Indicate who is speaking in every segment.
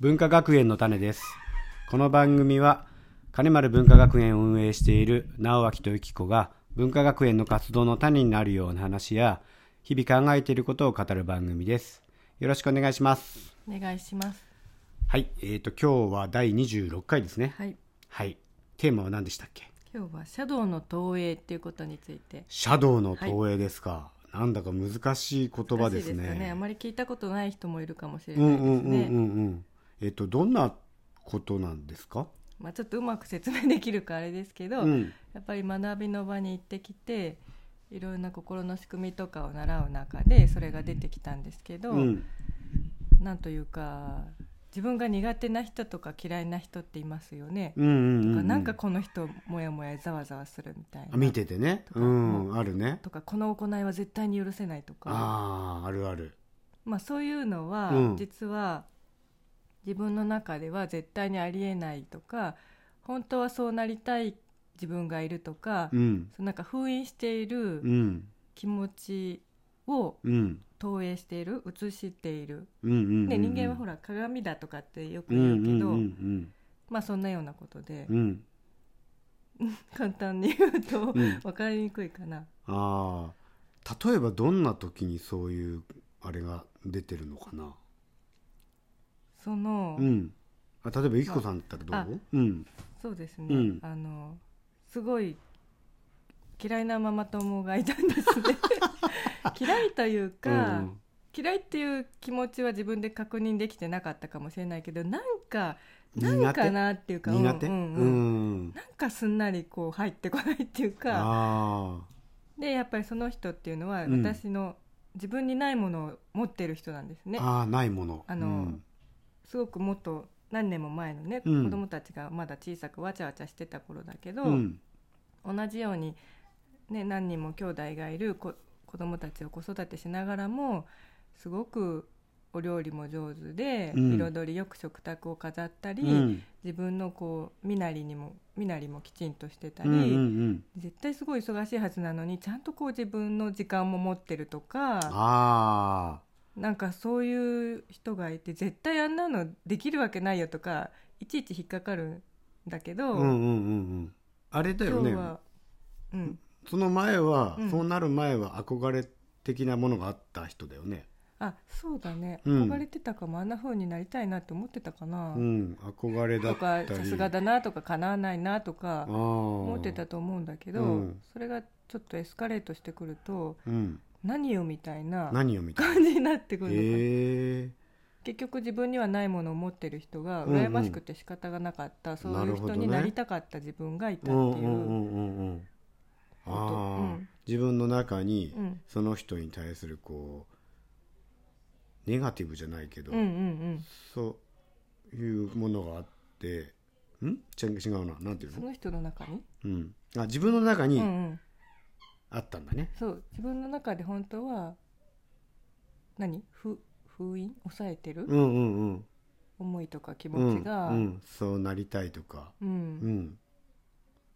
Speaker 1: 文化学園の種ですこの番組は金丸文化学園を運営している直脇とゆき子が文化学園の活動の種になるような話や日々考えていることを語る番組ですよろしくお願いします
Speaker 2: お願いします。
Speaker 1: はいえーと今日は第26回ですね
Speaker 2: はい。
Speaker 1: はいテーマは何でしたっけ
Speaker 2: 今日はシャドウの投影っていうことについて。
Speaker 1: シャドウの投影ですか、なんだか難しい言葉です
Speaker 2: 難しいかね。
Speaker 1: ね
Speaker 2: あまり聞いたことない人もいるかもしれ
Speaker 1: う
Speaker 2: なんいです
Speaker 1: う
Speaker 2: ね。
Speaker 1: んうんうんうんえっ、とどんなことなんですか
Speaker 2: まあちょっとうまく説明できるかあれですけど、
Speaker 1: うん
Speaker 2: やっぱり学びの場に行ってきて、いろんな心の仕組みとかを習う中でそれが出てきたんですけど、
Speaker 1: うん
Speaker 2: なんというか自分が苦手な人とか嫌いな人っていますよね。
Speaker 1: うんうんうんう
Speaker 2: と
Speaker 1: ん
Speaker 2: かなんかこの人モヤモヤざわざわするみたい
Speaker 1: あ
Speaker 2: な。
Speaker 1: 見ててね
Speaker 2: とか
Speaker 1: うんあるね
Speaker 2: とかこの行いは絶対に許せないとか。
Speaker 1: あああるある
Speaker 2: まあ、そういうのは、
Speaker 1: うん
Speaker 2: 実は自分の中では絶対にありえないとか本当はそうなりたい自分がいるとか、
Speaker 1: うん
Speaker 2: そのなんか封印していうる
Speaker 1: ん
Speaker 2: 気持ちを
Speaker 1: うん
Speaker 2: 投影している映している、
Speaker 1: うんうん
Speaker 2: で人間はほ
Speaker 1: ら
Speaker 2: ら鏡だとかってよ
Speaker 1: う
Speaker 2: く言
Speaker 1: ん
Speaker 2: う
Speaker 1: う
Speaker 2: け
Speaker 1: んう
Speaker 2: ど、
Speaker 1: ん
Speaker 2: まあそんなようなことで、
Speaker 1: うんうん
Speaker 2: 簡単に言うと、
Speaker 1: うん
Speaker 2: 分かりにくいかな。
Speaker 1: ああ例えばどんな時にそういうあれが出てるのかな
Speaker 2: その、
Speaker 1: うんあ例えばゆきこさんだったら
Speaker 2: あ
Speaker 1: どううん
Speaker 2: そうですね、
Speaker 1: うん
Speaker 2: あのすごい嫌いなママ友がいたんです ね嫌いというか、
Speaker 1: うん
Speaker 2: 嫌いっていう気持ちは自分で確認できてなかったかもしれないけどなんかなん
Speaker 1: 苦
Speaker 2: か
Speaker 1: 手
Speaker 2: なっていうか
Speaker 1: 苦手
Speaker 2: う
Speaker 1: うん
Speaker 2: うんうん
Speaker 1: ん
Speaker 2: なんかすんなりこう入ってこないっていうか
Speaker 1: あ
Speaker 2: でやっぱりその人っていうのは
Speaker 1: うん
Speaker 2: 私の、自分にないものを持ってる人なんですね
Speaker 1: あああないもの
Speaker 2: あの
Speaker 1: うん
Speaker 2: すごくもっと何年も前のね、
Speaker 1: うん
Speaker 2: 子供たちがまだ小さくわちゃわちゃしてた頃だけど、
Speaker 1: うん
Speaker 2: 同じように、ね、何人も兄弟がいる子子供たちを子育てしながらもすごくお料理も上手で、
Speaker 1: うん
Speaker 2: 彩りよく食卓を飾ったり、
Speaker 1: うん
Speaker 2: 自分のこう身なりにも身なりもきちんとしてたり、
Speaker 1: うんうんうん
Speaker 2: 絶対すごい忙しいはずなのにちゃんとこう自分の時間も持ってるとか
Speaker 1: ああ
Speaker 2: なんかそういう人がいて絶対あんなのできるわけないよとかいちいち引っかかるんだけど、
Speaker 1: うんうんうんうんあれだ
Speaker 2: 今
Speaker 1: よね
Speaker 2: 日は、うん、
Speaker 1: その前は、
Speaker 2: うん
Speaker 1: そうなる前は憧れ的なものがあった人だよね。
Speaker 2: あそうだね
Speaker 1: うん
Speaker 2: 憧れてたかも、あんな風になりたいなって思ってたかな、
Speaker 1: うん、憧れだっ
Speaker 2: と
Speaker 1: た
Speaker 2: か
Speaker 1: り。
Speaker 2: さすがだなとか叶わないなとか
Speaker 1: 思
Speaker 2: 思ってた。と思うんだけど、
Speaker 1: うん
Speaker 2: それがちょっとエスカレートしてくると
Speaker 1: うん、
Speaker 2: 何よみたいな
Speaker 1: 何を見た。
Speaker 2: 感じになってくるのかな、
Speaker 1: へえ
Speaker 2: 結局自分にはないものを持ってる人が
Speaker 1: うんうん
Speaker 2: 羨ましくて仕方がなかった、そう
Speaker 1: な
Speaker 2: いう
Speaker 1: るほど
Speaker 2: 人
Speaker 1: ね
Speaker 2: になりたかった自分がいたって
Speaker 1: う
Speaker 2: い
Speaker 1: ん
Speaker 2: う
Speaker 1: うんうんうんうん。ああ
Speaker 2: う
Speaker 1: ー、
Speaker 2: ん
Speaker 1: 自分の中に、
Speaker 2: うん
Speaker 1: その人に対するこう。ネガティブじゃないけど、
Speaker 2: うんうんうん
Speaker 1: そういうものがあって。ん、ちゃん違うな、なんていう
Speaker 2: そ
Speaker 1: の。
Speaker 2: の人の中に、
Speaker 1: うん、あ、自分の中
Speaker 2: うん
Speaker 1: に
Speaker 2: うん、
Speaker 1: あったんだね。
Speaker 2: そう自分の中で本当は何ふ封印抑えてる、
Speaker 1: うんうんうん。
Speaker 2: 思いとか気持ちが、
Speaker 1: う
Speaker 2: うん
Speaker 1: うんん、そうなりたいとか、うん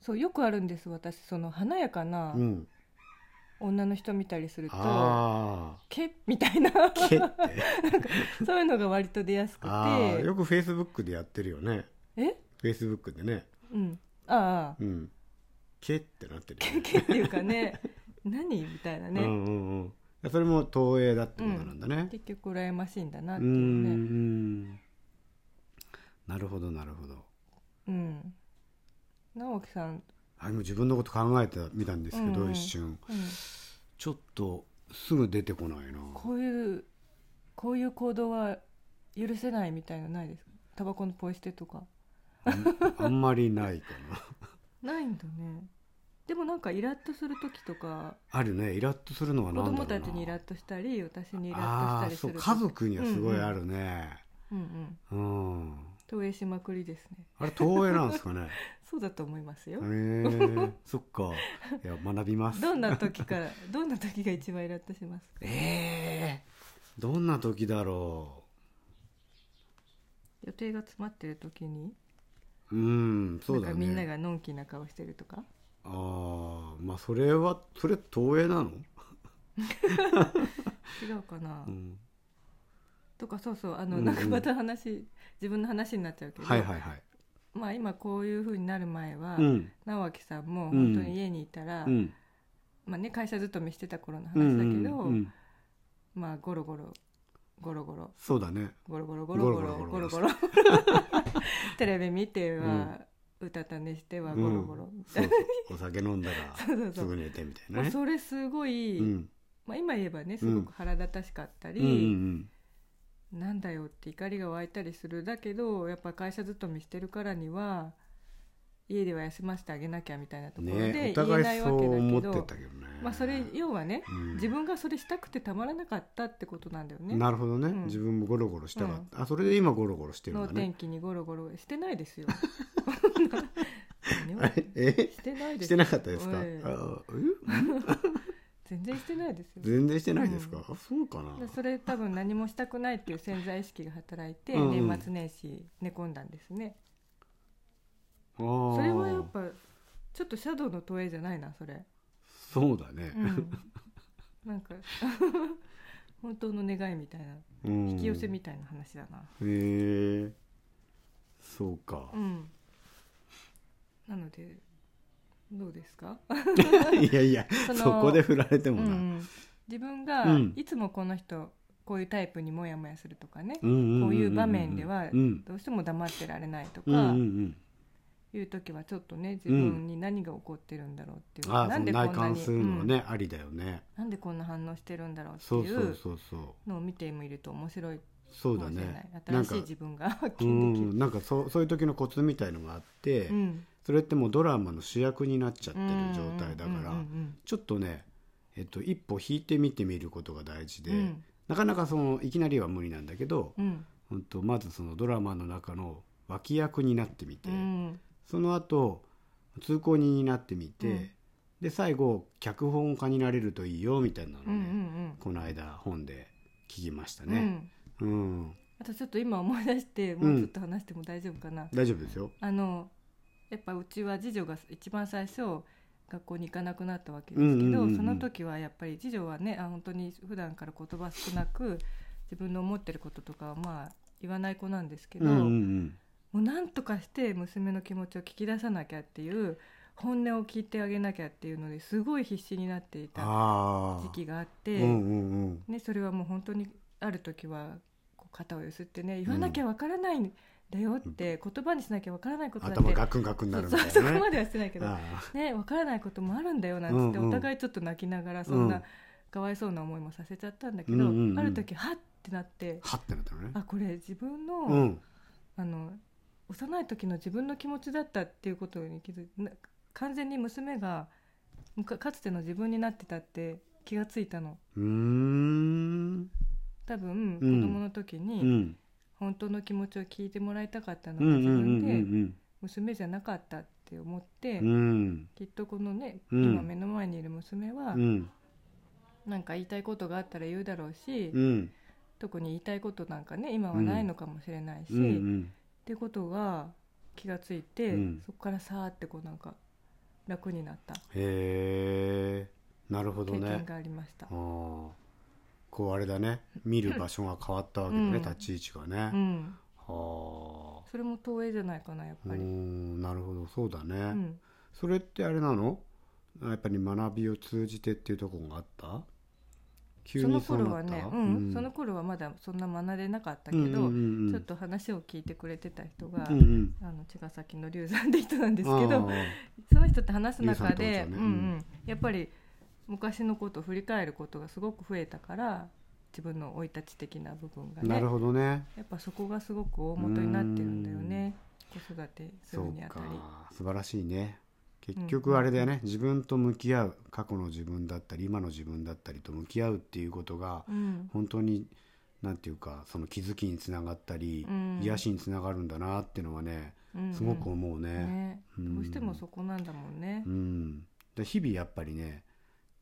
Speaker 2: そうよくあるんです私その華やかな
Speaker 1: うん、
Speaker 2: 女の人見たりすると、
Speaker 1: あ
Speaker 2: けみた いな
Speaker 1: あけって
Speaker 2: そういうのが割と出やすくて
Speaker 1: ああよくフェイスブックでやってるよね
Speaker 2: え
Speaker 1: フェイスブックでね
Speaker 2: うんああ
Speaker 1: うんけってなってるよね
Speaker 2: けけっていうかね 何みたいなね、
Speaker 1: うんうんうんそれも投影だってことなんだね、
Speaker 2: 結局羨ましいんだなっ
Speaker 1: う
Speaker 2: て
Speaker 1: ん、
Speaker 2: いううね
Speaker 1: んなるほどなるほど
Speaker 2: うん、直樹さん、
Speaker 1: あ今自分のこと考えてみたんですけど、
Speaker 2: うんうん
Speaker 1: 一瞬
Speaker 2: うん、
Speaker 1: ちょっとすぐ出てこないな
Speaker 2: こういうこういう行動は許せないみたいなのないですかタバコのポイ捨てとか
Speaker 1: あんあんまりないかな
Speaker 2: ないんだねでもなんかイラッとする時とか
Speaker 1: あるねイラッとするのは
Speaker 2: 子
Speaker 1: 何だろうな
Speaker 2: 供たちにイラッとしたり私にイラッと
Speaker 1: あ
Speaker 2: した
Speaker 1: あ
Speaker 2: りす
Speaker 1: そう
Speaker 2: る
Speaker 1: 家族にはすごいあるね
Speaker 2: うんうん
Speaker 1: うん、
Speaker 2: 投影しまくりですね
Speaker 1: あれ投影なんですか ね
Speaker 2: そうだと思います
Speaker 1: へえ
Speaker 2: よ、
Speaker 1: そっかいや学びます
Speaker 2: どんな時 からどんな時が一番イラッとしますか
Speaker 1: ええどんな時だろ
Speaker 2: 予定が詰まってる時に
Speaker 1: ううんそうだ
Speaker 2: な
Speaker 1: ね
Speaker 2: んかみんながのんきな顔してるとか
Speaker 1: ああまあそれはそれ投影なの、
Speaker 2: 違うかな、
Speaker 1: うん、
Speaker 2: とかそうそうあの、
Speaker 1: うんうん
Speaker 2: なんかまた話自分の話になっちゃうけど、
Speaker 1: はいはいはい。
Speaker 2: まあ、今こういうふうになる前は、
Speaker 1: うん。
Speaker 2: 直樹さんも本当に家にいたら、
Speaker 1: うん。
Speaker 2: まあね、会社勤めしてた頃の
Speaker 1: うんう
Speaker 2: 話だけ
Speaker 1: ん
Speaker 2: ど、
Speaker 1: うん。
Speaker 2: まあゴロゴロゴロゴロ
Speaker 1: そうだね。
Speaker 2: ゴロゴロゴロゴロ
Speaker 1: ゴ
Speaker 2: ゴ
Speaker 1: ロ
Speaker 2: ロ
Speaker 1: ゴ
Speaker 2: ゴロ テレビ見ては、うたた寝してはゴロゴロ、
Speaker 1: そうそう。お酒飲んだら
Speaker 2: そうそうそ
Speaker 1: す
Speaker 2: う
Speaker 1: ぐ寝てみたい
Speaker 2: ま
Speaker 1: な
Speaker 2: あ
Speaker 1: ね。
Speaker 2: それすごい、
Speaker 1: うん。
Speaker 2: まあ、今言えばねすごく腹立たしかった
Speaker 1: う
Speaker 2: り、
Speaker 1: んうん
Speaker 2: なんだよって怒りが湧いたりするだけどやっぱ会社勤めしてるからには家では休ませてあげなきゃみたいな
Speaker 1: う
Speaker 2: と
Speaker 1: ん。
Speaker 2: ころで
Speaker 1: ね
Speaker 2: 言
Speaker 1: お
Speaker 2: えな
Speaker 1: 互い
Speaker 2: い
Speaker 1: そ
Speaker 2: わけ
Speaker 1: う思
Speaker 2: だけ
Speaker 1: って
Speaker 2: ど
Speaker 1: たけどね。
Speaker 2: まあそれ要はね
Speaker 1: うん
Speaker 2: 自分がそれしたくてたまらなかったってことなんだよね。
Speaker 1: なるほどね、
Speaker 2: うん
Speaker 1: 自分もゴロゴロしたかった、あそれで今ゴロゴロしてるん
Speaker 2: 脳
Speaker 1: だね
Speaker 2: 天気にゴロゴロしてないで すよ。何を
Speaker 1: あれ え
Speaker 2: してないで
Speaker 1: し
Speaker 2: す
Speaker 1: て
Speaker 2: よ
Speaker 1: なかったですか、
Speaker 2: ええ
Speaker 1: あ
Speaker 2: 全然してないです
Speaker 1: え
Speaker 2: よ。
Speaker 1: 全然してないですか、
Speaker 2: う
Speaker 1: あそうかな
Speaker 2: でそれ多分何もしたくないっていう潜在意識が働いて
Speaker 1: うんうん
Speaker 2: 年末年始寝込んだんですね。
Speaker 1: そ
Speaker 2: それはやっぱちょっとシャドウの投影じゃないなそれ。
Speaker 1: そうだね
Speaker 2: う、 んなんか 本当の願いみたいな
Speaker 1: うん
Speaker 2: 引き寄せみたいな話だな
Speaker 1: へえそうか
Speaker 2: うん、なのでどうで すか
Speaker 1: いやいや
Speaker 2: そ
Speaker 1: そ
Speaker 2: の
Speaker 1: こで振られて
Speaker 2: う
Speaker 1: もな、
Speaker 2: ん自分が
Speaker 1: うん
Speaker 2: いつもこの人こういうタイプにモヤモヤするとかね、
Speaker 1: うんんんんん
Speaker 2: こういう場面では
Speaker 1: うん
Speaker 2: どうしても黙ってられないとか、
Speaker 1: うんうんうん
Speaker 2: いう時はちょっとね自分に何が起こってるんだろうっていう、
Speaker 1: ああ
Speaker 2: な
Speaker 1: そ
Speaker 2: ん
Speaker 1: の
Speaker 2: でこん
Speaker 1: 内
Speaker 2: な
Speaker 1: 観
Speaker 2: に、
Speaker 1: するのは
Speaker 2: うん
Speaker 1: ね、ありだよね
Speaker 2: なんでこんな反応してるんだろうって
Speaker 1: そう
Speaker 2: い
Speaker 1: そう
Speaker 2: う
Speaker 1: そうそ
Speaker 2: のを見てみると面白いう
Speaker 1: そう
Speaker 2: か
Speaker 1: だ
Speaker 2: もしれない
Speaker 1: ねなんか
Speaker 2: 新しい自分が発
Speaker 1: う
Speaker 2: 見できる
Speaker 1: んなんかそうそういう時のコツみたいのがあって、
Speaker 2: うん
Speaker 1: それってもうドラマの主役になっちゃってる状態だから、
Speaker 2: うんうん
Speaker 1: ちょっとね、えっと、一歩引いてみてみることが大事で、
Speaker 2: うんうん
Speaker 1: なかなかそのいきなりは無理なんだけど、
Speaker 2: うん
Speaker 1: ほんとまずそのドラマの中の脇役になってみて、
Speaker 2: うん
Speaker 1: その後通行人になってみて、
Speaker 2: うん
Speaker 1: で最後脚本家になれるといいよみたいなのを
Speaker 2: うんう
Speaker 1: ね、
Speaker 2: ん
Speaker 1: この間本で聞きました
Speaker 2: うんう
Speaker 1: ね、
Speaker 2: ん
Speaker 1: うん
Speaker 2: あとちょっと今思い出してもうちょっと話しても大丈夫かな、
Speaker 1: 大丈夫ですよ。
Speaker 2: あのやっぱうちは次女が一番最初学校に行かなくなったわけで
Speaker 1: うん
Speaker 2: す
Speaker 1: う
Speaker 2: け
Speaker 1: んうん
Speaker 2: ど、
Speaker 1: うん
Speaker 2: その時はやっぱり次女はねあ本当に普段から言葉少なく自分の思ってることとかはまあ言わない子なんですけど、
Speaker 1: うんうんうん
Speaker 2: もうなんとかして娘の気持ちを聞き出さなきゃっていう本音を聞いてあげなきゃっていうのですごい必死になっていた
Speaker 1: あ
Speaker 2: 時
Speaker 1: ー
Speaker 2: 期があっ
Speaker 1: う
Speaker 2: て、
Speaker 1: んうんうん
Speaker 2: ね、それはもう本当にある時はこう肩を揺すってね言わなきゃわからないんだよって、言葉にしなきゃわからないことだって
Speaker 1: 頭ガクンガクンになるみ
Speaker 2: そう
Speaker 1: たい
Speaker 2: そ
Speaker 1: な
Speaker 2: こ
Speaker 1: ね
Speaker 2: まではしてないけど、
Speaker 1: あ
Speaker 2: ね、わからないこともあるんだよなんつって、
Speaker 1: うんうん
Speaker 2: お互いちょっと泣きながらそん
Speaker 1: うん
Speaker 2: なかわいそうな思いもさせちゃったんだけ
Speaker 1: う
Speaker 2: ど、
Speaker 1: んうんうん
Speaker 2: ある時はってなって
Speaker 1: ーはってなったのね
Speaker 2: あこれ自分の、
Speaker 1: うん
Speaker 2: あの幼い時の自分の気持ちだったっていうことに気づいな完全に娘がむかかつての自分になってたって気がついたの
Speaker 1: うーん
Speaker 2: 多分、
Speaker 1: うん
Speaker 2: 子供の時
Speaker 1: う
Speaker 2: に
Speaker 1: ん
Speaker 2: 本当の気持ちを聞いてもらいたかったの
Speaker 1: う
Speaker 2: が
Speaker 1: んうん
Speaker 2: 自
Speaker 1: うんう
Speaker 2: 分で
Speaker 1: ん
Speaker 2: 娘じゃなかったって思って、
Speaker 1: うん
Speaker 2: きっとこのね、
Speaker 1: うん
Speaker 2: 今目の前にいる娘
Speaker 1: う
Speaker 2: は、
Speaker 1: ん
Speaker 2: なんか言いたいことがあったら言うだろうし、
Speaker 1: うん
Speaker 2: 特に言いたいことなんかね今はないのかもしれないし、
Speaker 1: うんうん
Speaker 2: っていうことが気がついて、
Speaker 1: うん
Speaker 2: そこからさーってこうなんか楽になった
Speaker 1: へえなるほど
Speaker 2: 経験
Speaker 1: ね
Speaker 2: がありました
Speaker 1: あ。ーこうあれだね見る場所が変わったわけだね、
Speaker 2: うん
Speaker 1: 立ち位置が
Speaker 2: う
Speaker 1: ね、
Speaker 2: ん、
Speaker 1: は
Speaker 2: それも投影じゃないかなやっ
Speaker 1: あう
Speaker 2: ぱ
Speaker 1: ー
Speaker 2: り。
Speaker 1: んなるほどそうだね、
Speaker 2: うん、
Speaker 1: それってあれなのやっぱり学びを通じてっていうところがあった急
Speaker 2: その
Speaker 1: にそう
Speaker 2: 頃
Speaker 1: な
Speaker 2: は
Speaker 1: った
Speaker 2: ね、うんその頃はまだそんな学んでなかったけど、ちょっと話を聞いてくれてた人が、
Speaker 1: うんうん
Speaker 2: あの茅ヶ崎の龍山って人なんですけ
Speaker 1: あ
Speaker 2: ど
Speaker 1: ー
Speaker 2: その人と話す中
Speaker 1: 龍
Speaker 2: で、
Speaker 1: さんってことだね
Speaker 2: うん
Speaker 1: う
Speaker 2: うんん、やっぱり昔のことを振り返ることがすごく増えたから自分の生い立ち的な部分が
Speaker 1: な
Speaker 2: ね
Speaker 1: るほどね
Speaker 2: やっぱそこがすごく大元になってるんだよね子育て
Speaker 1: そ
Speaker 2: する
Speaker 1: う
Speaker 2: にあた
Speaker 1: か
Speaker 2: り。
Speaker 1: 素晴らしいね結
Speaker 2: う
Speaker 1: 局
Speaker 2: ん
Speaker 1: あれだよね、自分と向き合う過去の自分だったり今の自分だったりと向き合うっていうことが
Speaker 2: うん
Speaker 1: 本当になんていうかその気づきにつながったり、
Speaker 2: うん
Speaker 1: 癒しにつながるんだなっていうのはね
Speaker 2: うんうん
Speaker 1: すごく思うね。
Speaker 2: ね
Speaker 1: うん
Speaker 2: どうしてもそこなんだもんね
Speaker 1: うん。で日々やっぱりね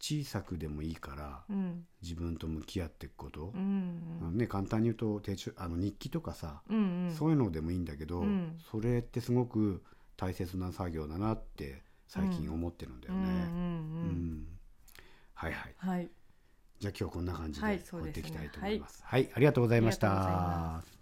Speaker 1: 小さくでもいいから
Speaker 2: うん
Speaker 1: 自分と向き合っていくこと
Speaker 2: う、ん
Speaker 1: ね、簡単に言うと手帳あの日記とかさ、
Speaker 2: うんうん
Speaker 1: そういうのでもいいんだけど、
Speaker 2: うん
Speaker 1: それってすごく大切な作業だなって最近思ってるんだよ
Speaker 2: うんうん
Speaker 1: ね。
Speaker 2: うん
Speaker 1: うんはいはい。
Speaker 2: はい
Speaker 1: じゃあ今日こんな感じ
Speaker 2: は
Speaker 1: で
Speaker 2: いそ
Speaker 1: 終わ
Speaker 2: うで
Speaker 1: っ
Speaker 2: す
Speaker 1: て
Speaker 2: ね
Speaker 1: いきたいと思います。はい、ありがとうございまし
Speaker 2: ありがとうござい
Speaker 1: た
Speaker 2: ま。